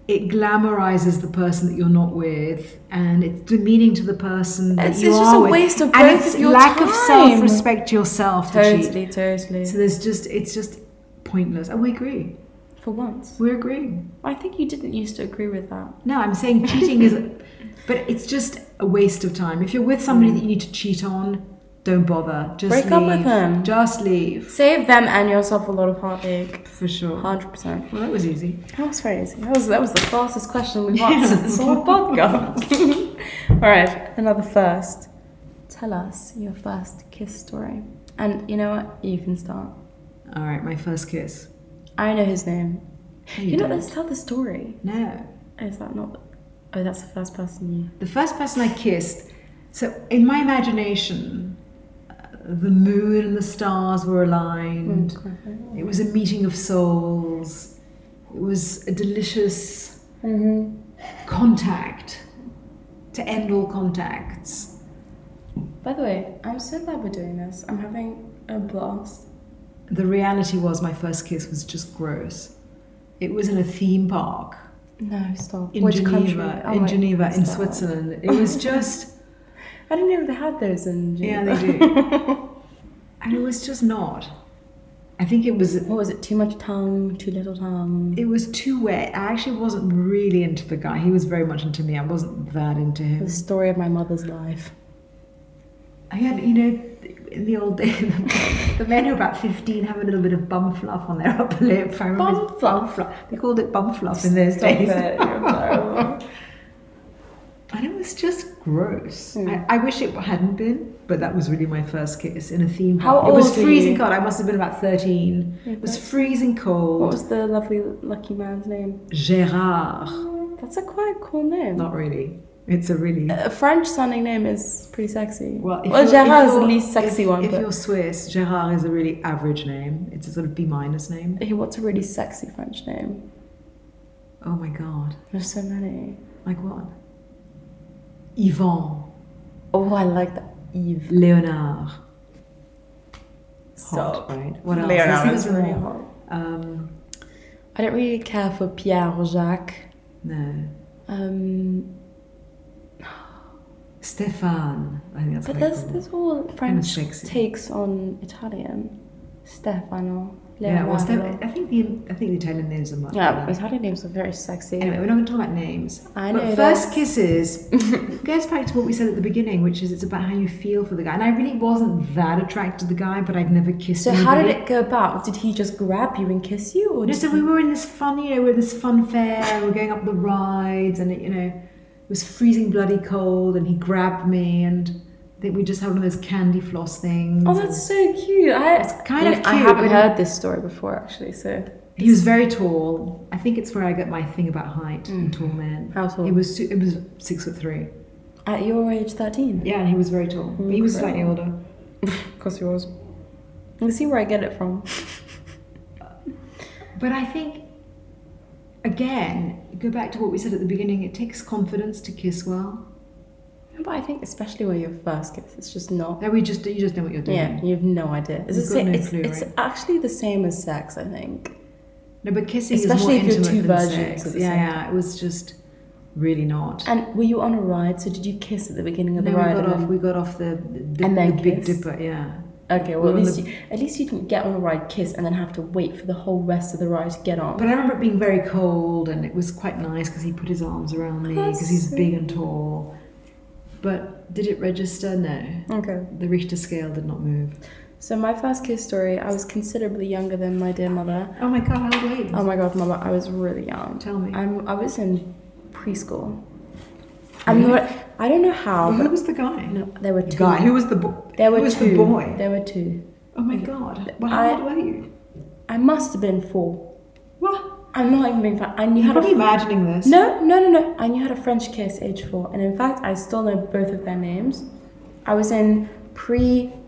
It glamorizes the person that you're not with, and it's demeaning to the person that It's- you it's are just a with. waste of and both it's of your lack of time. self-respect to yourself to cheat. Totally, totally. So there's just it's just pointless. And we agree. For once, We agree. I think you didn't used to agree with that. No, I'm saying cheating is but it's just a waste of time. If you're with somebody that you need to cheat on, don't bother. Just Mm. Break leave. up with them. Just leave. Save them and yourself a lot of heartache. For sure. Well Hundred percent. that was easy. That was very easy. That was that was the fastest question we've Yeah. answered this whole podcast. All right, another first. Tell us your first kiss story. And you know what? You can start. Alright, my first kiss. I know his name. No, You know, don't. let's tell the story. No. Is that not? Oh, that's the first person you. The first person I kissed, so in my imagination, uh, the moon and the stars were aligned. Mm. It was a meeting of souls. It was a delicious Mm-hmm. contact to end all contacts. By the way, I'm so glad we're doing this. I'm having a blast. The reality was my first kiss was just gross. It was in a theme park No, stop. in Geneva, Oh in my- Geneva, in stop. Switzerland. It was just, I didn't know they had those in Yeah, Geneva. they do. and it was just not. I think it was what was it? Too much tongue, too little tongue. it was too wet. I actually wasn't really into the guy. He was very much into me. I wasn't that into him. The story of my mother's life. I had, you know, in the old day, the men who are about 15 have a little bit of bum fluff on their upper lip. I remember Bum fluff? They called it bum fluff in those Stop days. it, you're terrible. And it was just gross. Mm. I, I wish it hadn't been, but that was really my first kiss in a theme How park. it was old were freezing you? cold. I must have been about 13. Yeah, It was that's- freezing cold. What was the lovely lucky man's name? Gérard. That's a quite cool name. Not really. It's a really. A French sounding name is pretty sexy. Well, if well you're- if Gerard is the you're- least sexy if, one, If but you're Swiss, Gérard is a really average name. It's a sort of B minus name. Hey, what's a really sexy French name? Oh my god. There's so many. Like what? Yvon. Oh, I like that. Eve. Leonard. Hot, Stop. right? What else? Leonard Let's is think of really more. hot. Um, I don't really care for Pierre or Jacques. no. Um, Stefan. I think that's but what there's, they call there's all French sexy. takes on Italian. Stefano. it. Yeah, well, Leonardo. Stef- I think the I think the Italian names are much Yeah, better. Italian names are very sexy. Anyway, we're not going to talk about names. I but know this. first kisses it goes back to what we said at the beginning, which is it's about how you feel for the guy. And I really wasn't that attracted to the guy, but I'd never kissed. So how did anybody. it go about? Did he just grab you and kiss you, or No, did so we were in this fun, you know, we were at this fun fair, we were going up the rides, and it, you know, it was freezing bloody cold, and he grabbed me, and I think we just had one of those candy floss things. Oh, that's so cute. I, it's kind of I cute, haven't but- heard this story before, actually. So he was very tall. I think it's where I get my thing about height Mm. and tall men. How tall? He was su- it was six foot three. at your age, thirteen. Yeah, and he was very tall. But he was slightly older. Of course, he was. You see where I get it from. But I think, again, go back to what we said at the beginning. It takes confidence to kiss well. But I think especially when you're first kiss, it's just not. That we just you just know what you're doing. Yeah, you have no idea. It's, the same, You've got no it's, clue, it's right? actually the same as sex, I think. No, but kissing Especially is if you're more intimate two than virgins at sex. the Yeah, same yeah. It was just really not. And were you on a ride? So did you kiss at the beginning of no, the we ride? got and off. then- We got off the the, And then the Big kissed? Dipper. Yeah. okay, we well at were on least the- you, at least you didn't get on a ride, kiss, and then have to wait for the whole rest of the ride to get on. But I remember it being very cold, and it was quite nice because he put his arms around me That's because he's so- big and tall. But did it register? No. okay. The Richter scale did not move. So my first kiss story, I was considerably younger than my dear mother. Oh my god! How late? Oh my god, mama, I was really young. Tell me. I'm, I was in preschool. I'm not. I don't know how, Well, who but was the guy? no, there were two. Guy. Who was the boy? There were who was two. the boy? There were two. Oh my god! Well, I- how old were you? I must have been four. What? I'm not even being fat. I knew You how had to. be imagining this. No, no, no, no. I knew how to French kiss age four, and in fact, I still know both of their names. I was in pre But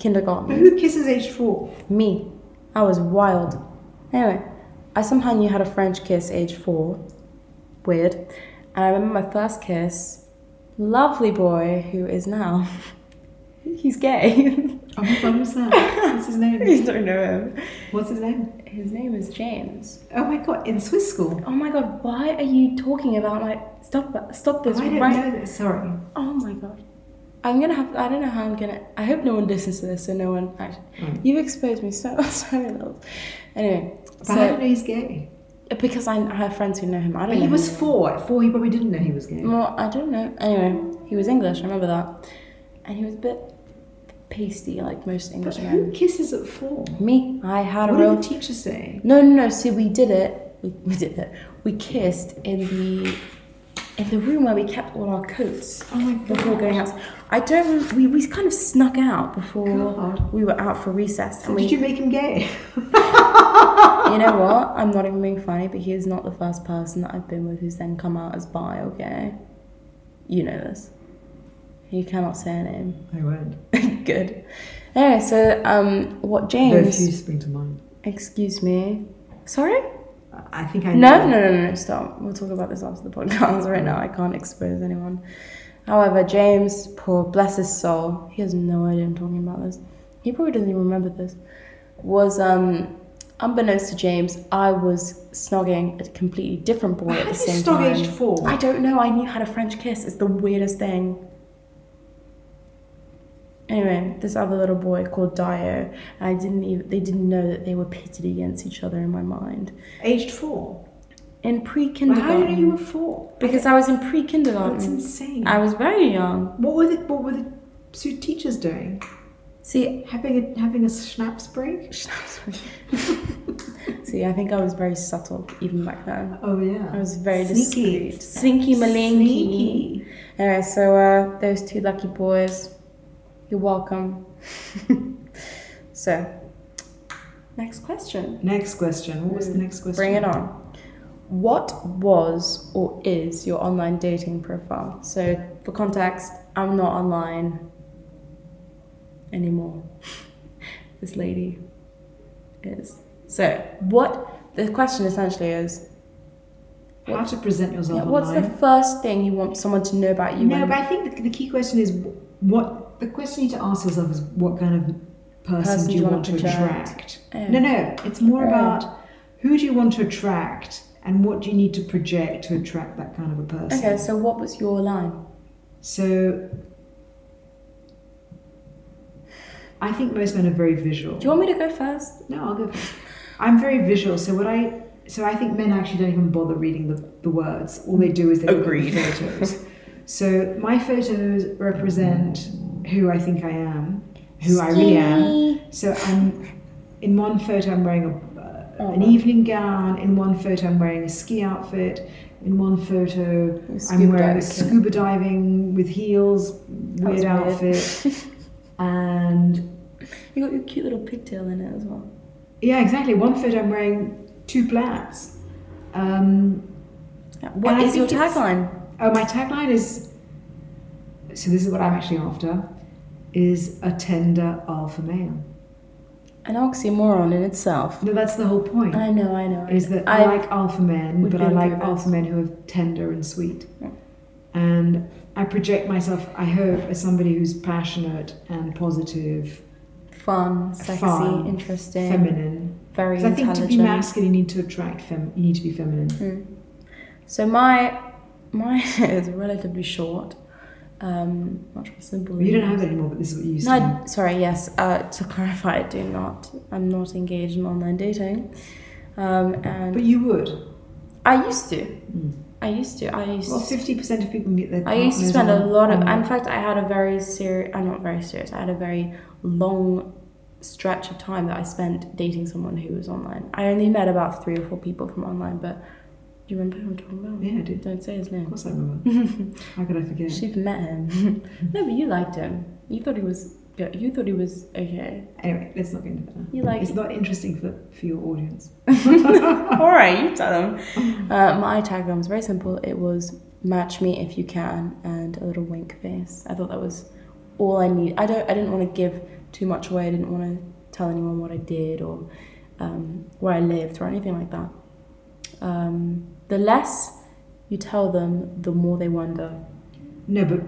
kindergarten. who kisses age four? Me, I was wild. Anyway, I somehow knew how to French kiss age four. Weird. And I remember my first kiss. Lovely boy who is now. He's gay. Oh my god! Who's that? What's his name? you don't know him. What's his name? His name is James. Oh my god! In Swiss school. Oh my god, why are you talking about like stop that- stop Oh, this I don't right know this. Sorry. Oh my god. I'm gonna have I don't know how I'm gonna I hope no one listens to this so no one actually Mm. you've exposed me so so many levels. Anyway, But how do you so know he's gay? because I, I have friends who know him, I don't But know. he was him. four. At four, he probably didn't know he was gay. well, I don't know. Anyway, he was English, I remember that. And he was a bit pasty like most But Englishmen. who kisses at four? Me, I had a What real did the teacher say? No, no, no. See, we did it. We, we did it. We kissed in the in the room where we kept all our coats Oh my before going God. out. I don't. rem- We we kind of snuck out before God. we were out for recess, and we. Did You, you make him gay? know what? I'm not even being funny, but he is not the first person that I've been with who's then come out as bi or gay. You know this. You cannot say a name. I won't. Good. Anyway, so um, what No James? few spring to mind. excuse me. Sorry. I think I No, know. no, no, no, no, stop. We'll talk about this after the podcast. Right now, I can't expose anyone. However, James, poor, bless his soul, he has no idea I'm talking about this. He probably doesn't even remember this. Was, um, unbeknownst to James, I was snogging a completely different boy How at the did you same stop time. age four? I don't know. I knew how to French kiss. It's the weirdest thing. Anyway, this other little boy called Dio, and I didn't even, they didn't know that they were pitted against each other in my mind. Aged four. In But how pre-kindergarten. do you know you were four? Oh Because I was in That's pre-kindergarten. insane. I was very young. What were the what were the two teachers doing? See, Having a having a schnapps break? see, I think I was very subtle even back then. Oh yeah. I was very Sneaky. discreet, sneaky, malinky. Sneaky. Anyway, so uh, those two lucky boys, you're welcome. so, next question. Next question. What was the next question? Bring it on. What was or is your online dating profile? So, for context, I'm not online anymore. this lady is. So, what the question essentially is How to present yourself yeah, what's the online? first thing you want someone to know about you? no, when- but I think the, the key question is wh- what the question you need to ask yourself is what kind of person, do you want to attract? Oh. No, no, it's more Oh. about who do you want to attract and what do you need to project to attract that kind of a person. okay, so what was your line? So I think most men are very visual. Do you want me to go first? No, I'll go. I'm very visual, so what I so I think men actually don't even bother reading the, the words. All they do is they Agreed. look at the photos. so my photos represent who I think I am, who I really am. Skinny. So I'm in one photo I'm wearing a, uh, an Oh. evening gown. In one photo I'm wearing a ski outfit. In one photo Scuba I'm wearing diver a kit. scuba diving with heels, That was weird outfit, and You got your cute little pigtail in it as well. Yeah, exactly. One third I'm wearing two plats. Um, What And I is your think it's- tagline? oh, my tagline is so this is what I'm actually after is a tender alpha male. An oxymoron in itself. No, that's the whole point. I know, I know. I Is know. that I, I like alpha men, We've but I been like through this. alpha men who are tender and sweet. And I project myself, I hope, as somebody who's passionate and positive, Fun, sexy, Fun, interesting, feminine. very 'Cause I think intelligent. Hmm. to be masculine, you need to attract fem. You need to be feminine. So my mine is relatively short, um, much more simple. You than don't have it anymore, but this is what you used No, to. I- sorry. Yes, uh, to clarify, I do not. I'm not engaged in online dating, um, and But you would. I used to. I used to. I used. Well, to, fifty percent of people meet their. Mm. I used to partners Oh, spend Oh, a on- lot of. on- In fact, I had a very serious. I'm not very serious. I had a very long stretch of time that I spent dating someone who was online. I only met about three or four people from online, but do you remember who I'm talking about? yeah, I did. Don't say his name. Of course, I remember. How could I forget? She've met him. no, but you liked him. You thought he was. yeah, You thought he was okay. Anyway, let's not get into that. now. You like- It's not interesting for, for your audience. All right, you tell him. Uh, my tagline was very simple. It was "Match me if you can" and a little wink face. I thought that was all I need. I don't. I didn't want to give too much away. I didn't want to tell anyone what I did or um, where I lived or anything like that. Um, the less you tell them, the more they wonder. No, but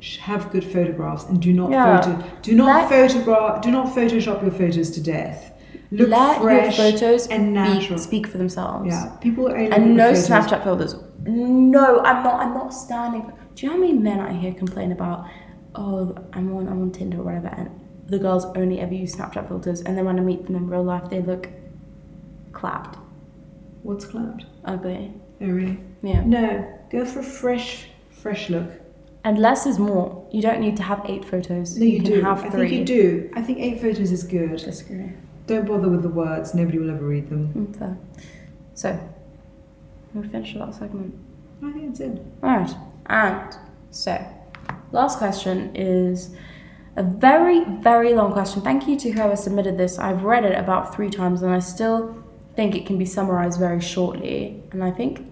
sh- have good photographs and do not Yeah. photo. Do not Let- photograph. Do not Photoshop your photos to death. Look Let fresh your photos and Speak, natural. speak for themselves. Yeah, people only look and at no photos. Snapchat filters. No, I'm not. I'm not standing. Do you know how many men I hear complain about? Oh, I'm on. I'm on Tinder or whatever, and the girls only ever use Snapchat filters, and then when I meet them in real life, they look clapped, What's clapped? ugly. Oh, really? Yeah. No, go for a fresh, fresh look. And less is more. You don't need to have eight photos. No, you, can do. have I three. think you do. I think eight photos is good. Disagree. Don't bother with the words. Nobody will ever read them. Mm, fair. So, we'll finish with that segment. I think it's it. All right. And so, last question is a very, very long question. Thank you to whoever submitted this. I've read it about three times and I still think it can be summarized very shortly. And I think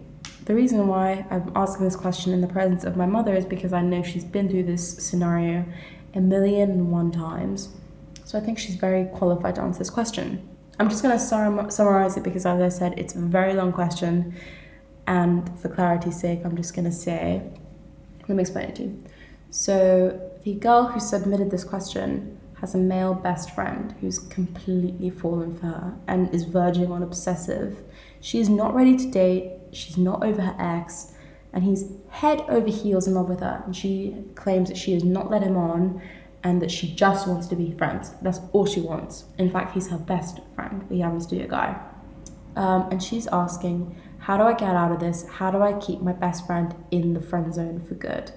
the reason why I'm asking this question in the presence of my mother is because I know she's been through this scenario a million and one times. So I think she's very qualified to answer this question. I'm just going to sum- summarize it because, as I said, it's a very long question. And for clarity's sake, I'm just going to say, let me explain it to you. So, the girl who submitted this question has a male best friend who's completely fallen for her and is verging on obsessive. She is not ready to date, she's not over her ex, and he's head over heels in love with her. And she claims that she has not let him on and that she just wants to be friends. That's all she wants. In fact, he's her best friend, but he happens to be a guy. Um, and she's asking, How do I get out of this? How do I keep my best friend in the friend zone for good?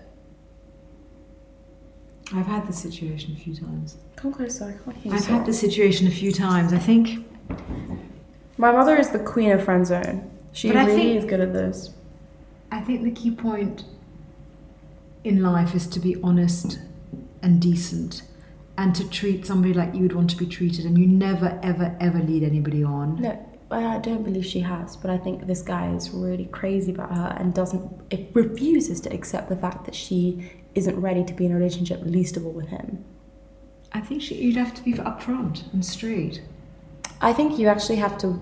I've had this situation a few times. Come closer, I can't hear you. I've sorry. had this situation a few times. I think. My mother is the queen of friend zone. She But I really think- is good at this. I think the key point in life is to be honest and decent, and to treat somebody like you would want to be treated, and you never, ever, ever lead anybody on. No, I I don't believe she has, but I think this guy is really crazy about her and doesn't, it refuses to accept the fact that she isn't ready to be in a relationship, least of all with him. I think she, you'd have to be upfront and straight. I think you actually have to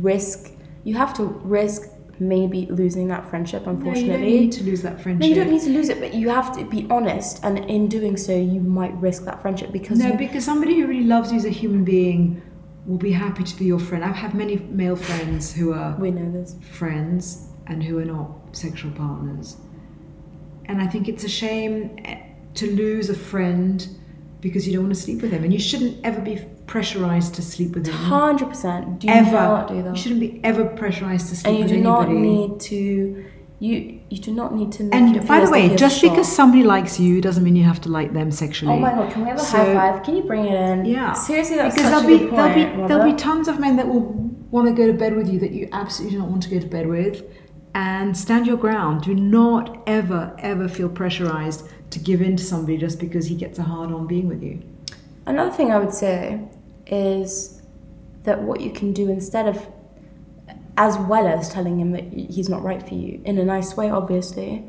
risk, you have to risk maybe losing that friendship, unfortunately. No, you don't need to lose that friendship. No, you don't need to lose it, but you have to be honest, and in doing so, you might risk that friendship because No, you, because somebody who really loves you as a human being will be happy to be your friend. I've had many male friends who are we know this. friends and who are not sexual partners. And I think it's a shame eh, to lose a friend because you don't want to sleep with them. And you shouldn't ever be pressurized to sleep with them. Hundred percent. Do you Mm-hmm. Ever. not do You that? shouldn't be ever pressurized to sleep And you with do not anybody. need to. You you do not need to. Make it and feel by the as if way, you're just shot. because somebody likes you doesn't mean you have to like them sexually. Oh my god! Can we have a So- high five? Can you bring it in? Yeah. Seriously, that's because such there'll a be good there'll point. be there'll Robert. be tons of men that will want to go to bed with you that you absolutely do not want to go to bed with, and stand your ground. Do not ever ever feel pressurized to give in to somebody just because he gets a hard on being with you. Another thing I would say is that what you can do instead of, as well as telling him that he's not right for you, in a nice way, obviously,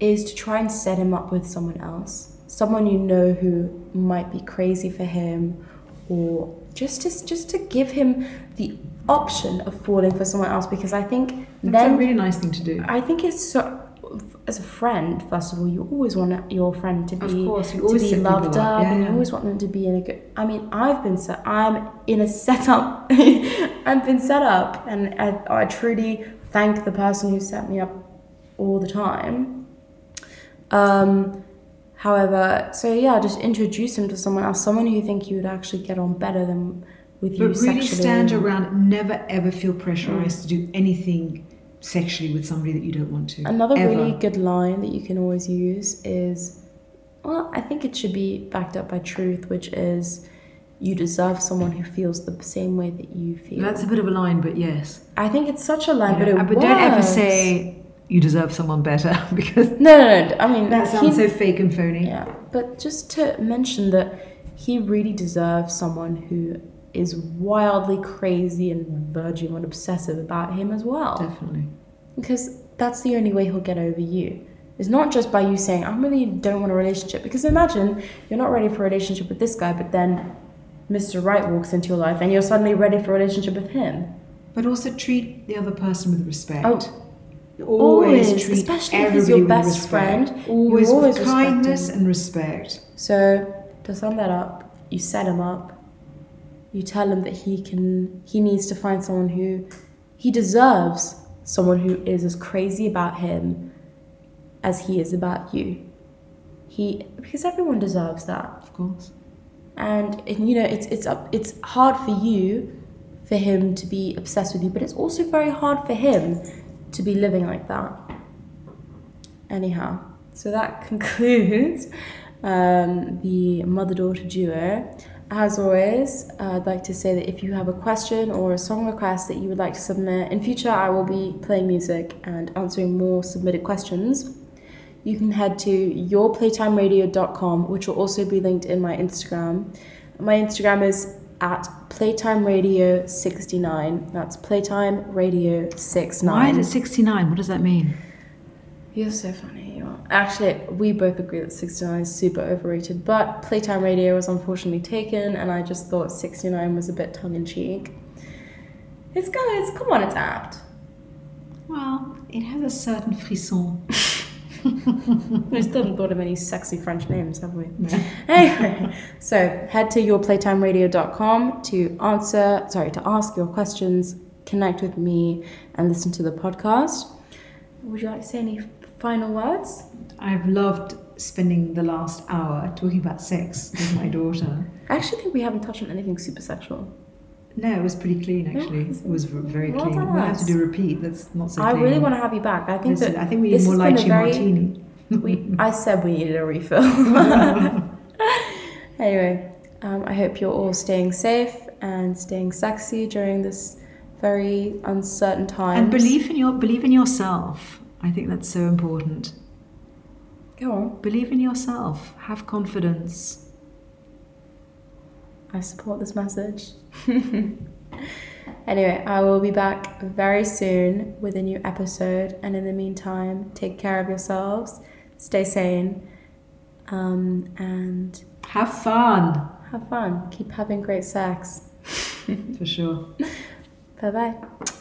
is to try and set him up with someone else, someone you know who might be crazy for him, or just to, just to give him the option of falling for someone else because I think That's then a really nice thing to do. I think it's so. as a friend, first of all, you always want your friend to Of be course, you to always be set loved people up, up, and you yeah. always want them to be in a good. I mean, I've been set. I'm in a setup. I've been set up, and I, I truly thank the person who set me up all the time. Um, however, so yeah, just introduce him to someone else, someone who you think you would actually get on better than with you. But really sexually. stand around, never ever feel pressurized to do anything sexually with somebody that you don't want to. Another Ever. really good line that you can always use is, well, I think it should be backed up by truth, which is, you deserve someone who feels the same way that you feel. That's a bit of a line, but yes. I think it's such a line, but Yeah. it Uh, don't ever works. say you deserve someone better because No, no, no. I mean, that he- sounds so fake and phony. yeah. But just to mention that he really deserves someone who is wildly crazy and virgin and obsessive about him as well. Definitely. Because that's the only way he'll get over you. It's not just by you saying, I really don't want a relationship. Because imagine you're not ready for a relationship with this guy, but then Mr. Right walks into your life and you're suddenly ready for a relationship with him. But also treat the other person with respect. Oh, always, always, treat especially if he's everybody your with best respect. friend, you Always, always with respect kindness and respect. So to sum that up, you set him up. You tell him that he can he needs to find someone who he deserves someone who is as crazy about him as he is about you. He because everyone deserves that Of course. and, and you know it's it's up it's hard for you for him to be obsessed with you but it's also very hard for him to be living like that anyhow so that concludes um, the mother-daughter duo as always i'd like to say that if you have a question or a song request that you would like to submit in future i will be playing music and answering more submitted questions you can head to yourplaytimeradio.com, which will also be linked in my Instagram. My Instagram is at playtimeradio69. That's playtimeradio69. Why is it 69? What does that mean? You're so funny. You are. Actually, we both agree that 69 is super overrated, but Playtime Radio was unfortunately taken, and I just thought 69 was a bit tongue in cheek. It's guys, come on, it's apt. Well, it has a certain frisson. We still haven't thought of any sexy French names, have we? anyway, so head to yourplaytimeradio.com to answer, sorry, to ask your questions, connect with me, and listen to the podcast. Would you like to say any final words? I've loved spending the last hour talking about sex with my daughter. I actually think we haven't touched on anything super sexual. No, it was pretty clean actually. It was v- very Well clean. done, We'll have us. to do a repeat. That's not so I clean. really want to have you back. I think Listen, that I think we need this more has been a very- lychee martini. we, I said we needed a refill. anyway, um, I hope you're all staying safe and staying sexy during this very uncertain time. And believe in your believe in yourself. I think that's so important. Go on. Believe in yourself. Have confidence. I support this message. anyway, I will be back very soon with a new episode. And in the meantime, take care of yourselves, stay sane, um, and Have fun have fun. Keep having great sex. for sure. Bye bye.